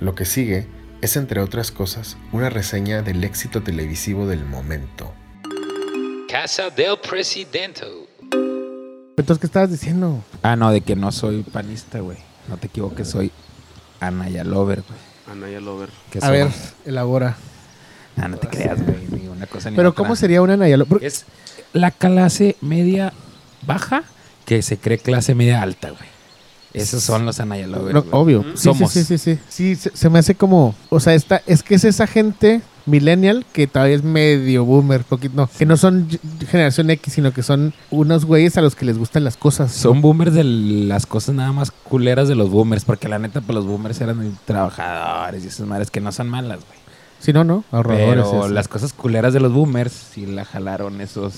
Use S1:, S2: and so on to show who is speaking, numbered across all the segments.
S1: Lo que sigue es, entre otras cosas, una reseña del éxito televisivo del momento.
S2: Casa del Presidente.
S3: Entonces, ¿qué estabas diciendo?
S4: Ah, no, de que no soy panista, güey. No te equivoques, soy Anaya Lover, güey.
S5: Anaya Lover.
S4: Que
S3: A
S4: soy-
S3: ver, elabora.
S4: Ah, no te creas, güey. ni una cosa ni
S3: Pero
S4: otra.
S3: ¿cómo sería una Nayalo? Porque
S4: Es la clase media baja que se cree clase media alta, güey. Esos son los Anaya Lovers.
S3: no,
S4: güey.
S3: obvio. Sí, sí,
S4: Somos.
S3: Sí, sí, sí, sí. se, se me hace como, o sea, esta, es que es esa gente millennial que todavía es medio boomer, poquito, no, que no son y- generación X, sino que son unos güeyes a los que les gustan las cosas.
S4: Son boomers de las cosas nada más culeras de los boomers, porque la neta, pues los boomers eran trabajadores y esas madres que no son malas, güey.
S3: Si no, no, ahorradores.
S4: Pero
S3: es-
S4: las cosas culeras de los boomers sí la jalaron esos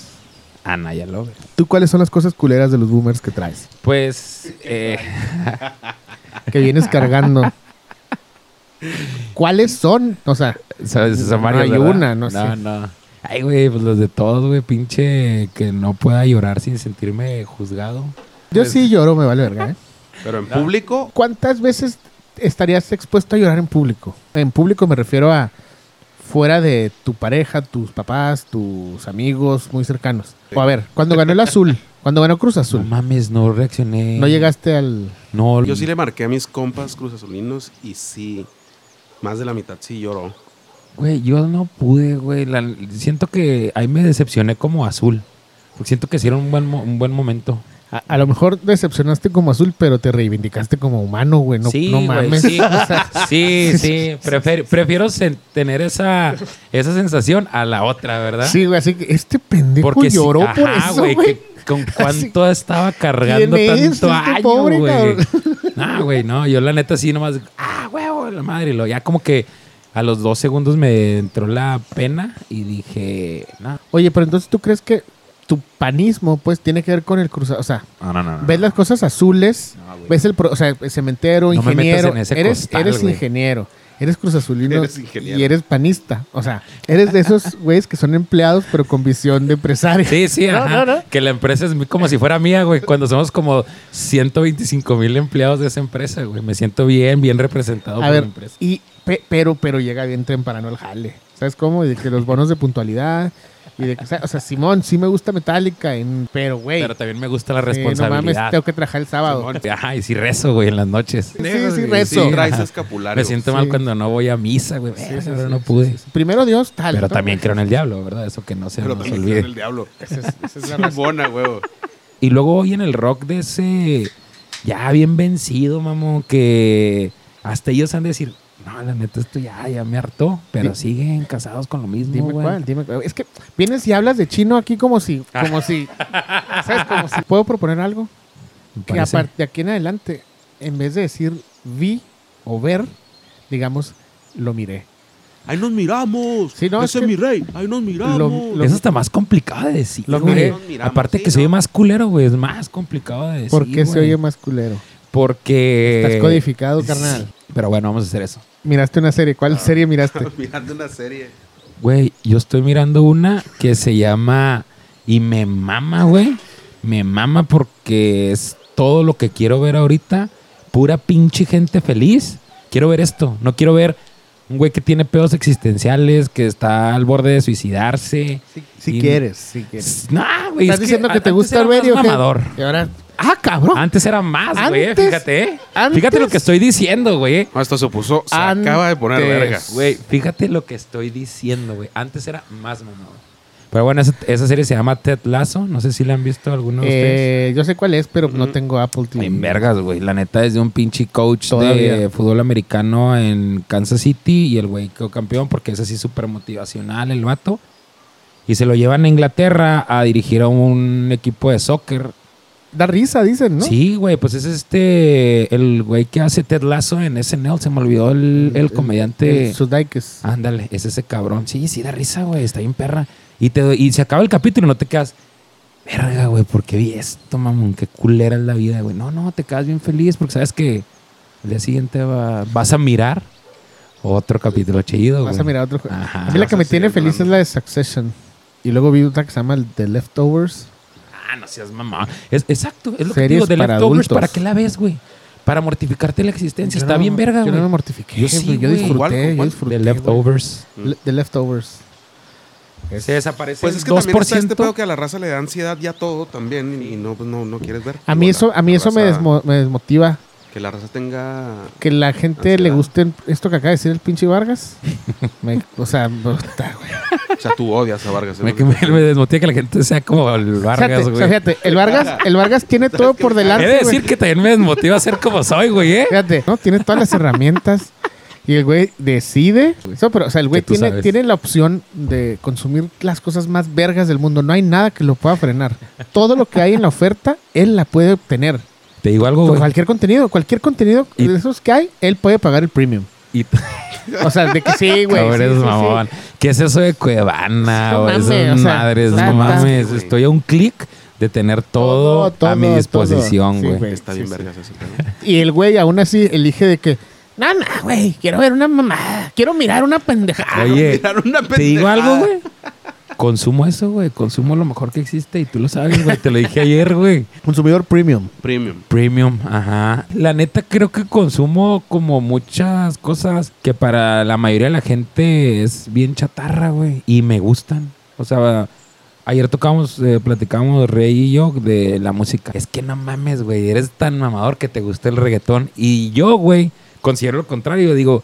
S4: Anaya Lovers.
S3: ¿Tú cuáles son las cosas culeras de los boomers que traes?
S4: Pues, eh,
S3: Que vienes cargando. ¿Cuáles son? O sea,
S4: ¿sabes? Son varias,
S3: No hay
S4: ¿verdad?
S3: una, no sé.
S4: No, Ay, güey, pues los de todos, güey, pinche que no pueda llorar sin sentirme juzgado.
S3: yo sí lloro, me vale verga, ¿eh?
S5: Pero en público,
S3: ¿Cuántas veces estarías expuesto a llorar en público? En público me refiero a fuera de tu pareja, tus papás, tus amigos muy cercanos. O a ver, cuando ganó el azul, cuando ganó Cruz
S4: No
S3: Azul,
S4: mames, no reaccioné.
S3: no llegaste al...
S4: No,
S5: yo sí le marqué a mis compas cruzazulinos y sí, más de la mitad sí lloró.
S4: Güey, yo no pude, güey. La- siento que ahí me decepcioné como azul. Porque siento que sí era un buen, mo- un buen momento.
S3: A, a lo mejor decepcionaste como azul, pero te reivindicaste como humano, güey. No,
S4: sí,
S3: no
S4: güey,
S3: mames.
S4: sí, sí, sí. Prefer- prefiero sen- tener esa, esa sensación a la otra, ¿verdad?
S3: Sí, güey, así que este pendejo
S4: Porque sí-
S3: lloró por
S4: ajá,
S3: eso, güey.
S4: que Con cuánto estaba cargando
S3: ¿Quién es este
S4: tanto año,
S3: pobre,
S4: güey.
S3: cabrón?
S4: No, güey, no. Yo la neta sí nomás, ah, huevo, la madre. Y luego ya como que a los dos segundos me entró la pena y dije, no.
S3: Oye, pero entonces tú crees que tu panismo, pues, tiene que ver con el Cruz Azul. O sea,
S4: No, no, no. no.
S3: ves las cosas azules,
S4: No, güey.
S3: ves el, pro- o sea, el cementero,
S4: No me metas
S3: ingeniero,
S4: en ese
S3: eres,
S4: costal,
S3: eres
S4: güey.
S3: ingeniero, eres cruzazulino
S5: Eres ingeniero.
S3: y eres panista, o sea, eres de esos güeyes que son empleados pero con visión de empresario.
S4: Sí, sí,
S3: No,
S4: ajá.
S3: no, no.
S4: Que la empresa es muy como si fuera mía, güey. Cuando somos como 125 mil empleados de esa empresa, güey. Me siento bien, bien representado
S3: A
S4: por
S3: ver,
S4: la empresa.
S3: y pe- pero pero llega bien temprano al jale, ¿sabes cómo? Y de que los bonos de puntualidad y de que, o sea, o sea, Simón, sí me gusta Metallica, en- pero güey,
S4: Pero también me gusta la
S3: eh, no mames,
S4: responsabilidad.
S3: tengo que trabajar el sábado.
S4: Ajá, y sí rezo, güey, en las noches.
S3: Sí, sí, sí, rezo.
S4: Sí,
S5: Traes
S4: ajá.
S5: escapulario.
S4: Me siento mal
S3: Sí.
S4: cuando no voy a misa, güey.
S3: Sí,
S4: Verga,
S3: sí,
S4: ahora
S3: sí,
S4: no
S3: sí,
S4: pude.
S3: sí, sí. Primero Dios, tal.
S4: Pero
S3: ¿no?
S4: también creo en el diablo, ¿verdad? Eso que no se
S5: Pero
S4: nos
S5: también creo en
S4: olvide.
S5: el diablo.
S3: Esa es- esa es la
S5: Es buena, huevo.
S4: Y luego hoy en el rock de ese, ya bien vencido, mamón, que hasta ellos han de decir, no, la neta, esto ya, ya me hartó, pero
S3: Di-
S4: siguen casados con lo mismo,
S3: Dime
S4: güey.
S3: cuál, dime cuál. Es que vienes y hablas de chino aquí como si, como si, ¿sabes? Como si. ¿Puedo proponer algo?
S4: Me
S3: Que
S4: parece.
S3: aparte de aquí en adelante, en vez de decir vi o ver, digamos, lo miré.
S5: Ahí nos miramos.
S3: Sí, no,
S5: Ese
S3: es
S5: es
S3: que-
S5: mi rey. Ahí nos miramos.
S3: lo-
S4: Eso está más complicado de decir,
S3: Lo
S4: güey.
S3: miré.
S5: Miramos,
S4: Aparte
S5: sí,
S4: que se
S5: ¿no?
S4: oye más culero, güey, es más complicado de decir,
S3: ¿Por qué se
S4: güey. Eh,
S3: oye más culero?
S4: Porque...
S3: Estás codificado, carnal.
S4: Sí, pero bueno, vamos a hacer eso.
S3: Miraste una serie.
S5: Ah.
S3: ¿Cuál serie miraste?
S5: Mirando una serie.
S4: Güey, yo estoy mirando una que se llama y me mama, güey. Me mama porque es todo lo que quiero ver ahorita. Pura pinche gente feliz. Quiero ver esto. No quiero ver un güey que tiene pedos existenciales, que está al borde de suicidarse.
S3: Si
S4: Y-
S3: quieres, si quieres.
S4: No, güey.
S3: Estás
S4: es
S3: diciendo que,
S4: a-
S3: te
S4: antes
S3: gusta
S4: era
S3: el medio.
S4: más mamador.
S3: Y ahora, ah, cabrón.
S4: Antes era más, güey.
S3: Antes-
S4: Fíjate, eh.
S3: antes-
S4: Fíjate lo que estoy diciendo, güey.
S5: Hasta se puso. Se
S3: Antes.
S5: acaba de poner verga.
S4: Este, Güey, fíjate lo que estoy diciendo, güey. Antes era más mamado. Pero bueno, esa, esa serie se llama Ted Lasso. No sé si la han visto alguno de ustedes.
S3: Eh, yo sé cuál es, pero no tengo Apple TV.
S4: En vergas, güey. La neta es de un pinche coach
S3: Todavía.
S4: de fútbol americano en Kansas City y el güey quedó campeón porque es así súper motivacional el vato. Y se lo llevan a Inglaterra a dirigir a un equipo de soccer.
S3: Da risa, dicen, ¿no?
S4: Sí, güey, pues es este, el güey que hace Ted Lasso en SNL. Se me olvidó el, el comediante.
S3: Sus dikes.
S4: Ándale, es ese cabrón. Sí, sí, da risa, güey. Está bien perra. Y, te, y se acaba el capítulo y no te quedas. Verga, güey, ¿por qué vi esto, mamón? Qué culera es la vida, güey. No, no, te quedas bien feliz porque sabes que el día siguiente va- vas a mirar otro capítulo chido, güey.
S3: Vas a mirar otro. juego.
S4: Ajá.
S3: A mí la que
S5: Vas a
S3: me tiene
S5: seguir
S3: feliz es
S5: hablando.
S3: la de Succession. Y luego vi otra que se llama The Leftovers.
S4: Ah, no seas mamá. Es, exacto, es lo que
S3: Series
S4: digo de
S3: para
S4: Leftovers.
S3: adultos.
S4: ¿Para qué la ves, güey? Para mortificarte la existencia.
S3: Yo
S4: Está
S3: no-
S4: bien verga,
S3: Yo no me
S4: güey.
S3: mortifiqué.
S4: Yo
S3: Yo
S4: sí,
S3: Yo
S4: güey.
S3: disfruté,
S5: Igual,
S3: yo
S5: igual,
S4: De
S3: disfruté. güey.
S4: leftovers.
S3: Le- De leftovers.
S4: Ah,
S3: Es-
S4: Se desaparece
S5: Pues
S4: el
S5: es que
S4: 2%.
S5: también está este pedo que a la raza le da ansiedad ya todo también y, y no, pues, no, no quieres ver.
S3: a mí
S5: Digo,
S3: eso,
S5: la-
S3: a mí
S5: la
S3: eso me,
S5: raza-
S3: desmo- me desmotiva.
S5: Que la raza tenga...
S3: Que la gente le
S5: Ansiedad.
S3: guste esto que acaba de decir el pinche Vargas. Me- o sea, puta, güey.
S5: O sea, tú odias a Vargas. ¿eh? es
S4: Me,
S5: lo que-
S4: me, me desmotiva que la gente sea como el Vargas,
S3: Fíjate, o sea,
S4: güey.
S3: fíjate, el Vargas, el Vargas tiene todo por delante.
S4: He de
S3: güey.
S4: decir que también me desmotiva a ser como soy, güey, ¿eh?
S3: Fíjate, ¿no? Tiene todas las herramientas y el güey decide. Eso, pero, o sea, el güey
S4: Que tú
S3: tiene,
S4: sabes.
S3: tiene la opción de consumir las cosas más vergas del mundo. No hay nada que lo pueda frenar. Todo lo que hay en la oferta, él la puede obtener.
S4: Te digo algo,
S3: Con
S4: güey.
S3: cualquier contenido, cualquier contenido
S4: Y-
S3: de esos que hay, él puede pagar el premium.
S4: Y
S3: O sea, de que sí, güey.
S4: cabrón,
S3: sí,
S4: eres
S3: sí, sí.
S4: mamón. ¿Qué es eso de Cuevana?
S3: No
S4: o
S3: mames,
S4: esas
S3: o sea,
S4: madres, no
S3: neta.
S4: mames.
S5: Sí, güey.
S4: Estoy a un clic de tener todo, a mi
S3: todo,
S4: disposición,
S3: todo. Sí,
S4: güey.
S5: Está
S3: sí,
S5: bien
S3: sí.
S5: Vargas ese pedo.
S3: Y el güey aún así elige de que, no, no, güey, quiero ver una mamada, quiero mirar una pendejada.
S4: Oye,
S5: Tirar una
S4: te digo
S5: pendejada.
S4: algo, güey. Consumo eso, güey. Consumo lo mejor que existe y tú lo sabes, güey. Te lo dije ayer, güey.
S3: Consumidor premium.
S5: Premium.
S4: Premium, ajá. La neta creo que consumo como muchas cosas que para la mayoría de la gente es bien chatarra, güey. Y me gustan. O sea, ayer tocamos, eh, platicamos Rey y yo de la música. Es que no mames, güey. Eres tan mamador que te gusta el reggaetón. Y yo, güey, considero lo contrario. Digo,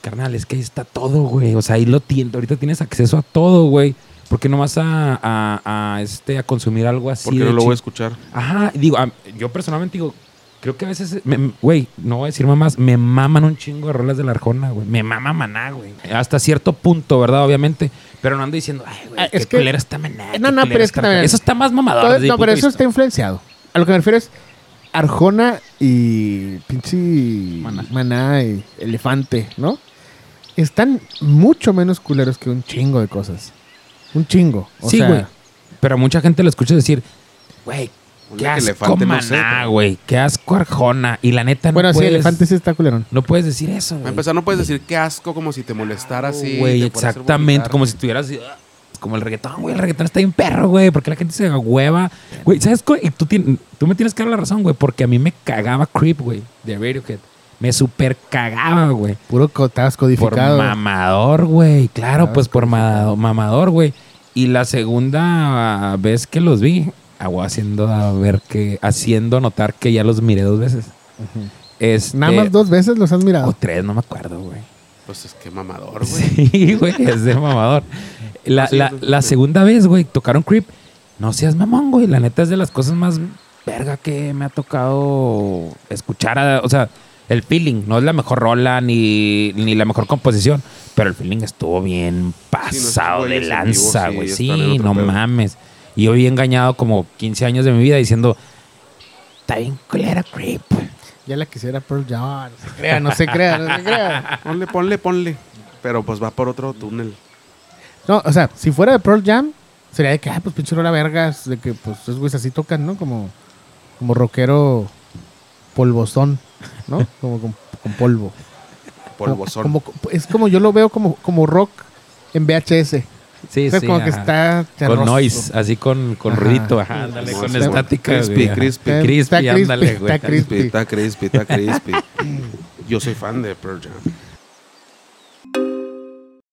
S4: carnal, es que ahí está todo, güey. O sea, ahí lo tienes. Ahorita tienes acceso a todo, güey. ¿Por qué no vas a, a- a, este, a consumir algo así?
S5: Porque
S4: de
S5: no lo voy
S4: chi-
S5: a escuchar.
S4: Ajá, y digo, a- yo personalmente digo, creo que a veces, me- me- güey, no voy a decir mamás, me maman un chingo de rolas de la Arjona, güey. Me mama maná, güey. Hasta cierto punto, ¿verdad? Obviamente. Pero no ando diciendo, ay, güey,
S3: Ah,
S4: qué
S3: es que-
S4: culera está maná.
S3: No,
S4: qué
S3: no,
S4: culera
S3: pero es
S4: está
S3: que
S4: Arjona".
S3: también-
S4: Eso está más mamador.
S3: Todo-
S4: desde mi
S3: no,
S4: punto
S3: pero
S4: de
S3: eso
S4: vista.
S3: está influenciado. A lo que me refiero es Arjona y pinche
S4: Maná.
S3: Maná, y Elefante, ¿no? Están mucho menos culeros que un chingo de cosas. Un chingo. O
S4: Sí,
S3: sea,
S4: güey. Pero mucha gente lo escucha decir, güey, qué
S5: que
S4: asco
S5: elefante no sé,
S4: maná,
S5: pero-
S4: güey. Qué asco Arjona. Y la neta no
S3: Bueno,
S4: puedes...
S3: sí, Elefante sí está culerón.
S4: No puedes decir eso,
S5: Para
S4: güey.
S5: empezar, no puedes decir qué asco como si te molestara así.
S4: Güey,
S5: Este, te fuera a hacer
S4: exactamente.
S5: vomitar.
S4: Como si estuvieras. así, ah, Como el reggaetón, güey. El reggaetón está bien perro, güey. Porque la gente se hueva. Güey, ¿sabes? qué? Y tú, tien- tú me tienes que dar la razón, güey. Porque a mí me cagaba Creep, güey. De Radiohead. Me super cagaba, güey.
S3: Puro cotas
S4: Por
S3: codificado.
S4: mamador, güey. Claro,
S3: Ah,
S4: pues por ma- mamador, güey. Y la segunda vez que los vi, hago haciendo a ver que. Haciendo notar que ya los miré dos veces. Este,
S3: Nada más dos veces los has
S4: O
S3: mirado.
S4: tres, no me acuerdo, güey.
S5: Pues es que mamador, güey.
S4: Sí, güey, es de mamador. La,
S5: Sí,
S4: la-
S5: sí, sí.
S4: la segunda vez, güey, tocaron Creep. No seas mamón, güey. La neta es de las cosas más verga que me ha tocado escuchar. a- o sea, el feeling. No es la mejor rola ni, ni la mejor composición. Pero el feeling estuvo bien pasado de
S5: güeyes en
S4: lanza,
S5: vivo,
S4: güey.
S5: sí,
S4: Sí,
S5: están en otro
S4: no
S5: pedo.
S4: mames. Y yo vi engañado como 15 años de mi vida diciendo... Está bien culera Creep.
S3: Ya la quisiera Pearl Jam. No se crea, no se crea, no se crea.
S5: Ponle, ponle, ponle. Pero pues va por otro túnel.
S3: No, o sea, si fuera de Pearl Jam, sería de que, ah, pues pinche rola vergas, de que pues esos güeyes así tocan, ¿no? Como, como rockero polvozón, ¿no? Como con, con polvo.
S5: Polvozón.
S3: Como, como- es como yo lo veo como, como rock en VHS.
S4: Sí,
S3: O sea, como que
S4: ajá.
S3: está
S4: Con
S3: terroso.
S4: noise, así con, con
S3: Ajá.
S4: ruidito, ajá, ándale,
S5: Sí,
S4: con
S5: sí,
S4: estática.
S5: crispy,
S4: güey, ajá.
S5: crispy.
S3: Está-
S4: Crispy,
S3: está
S4: ándale, güey.
S3: Está crispy.
S5: Está crispy, está crispy. Yo soy fan de Pearl Jam.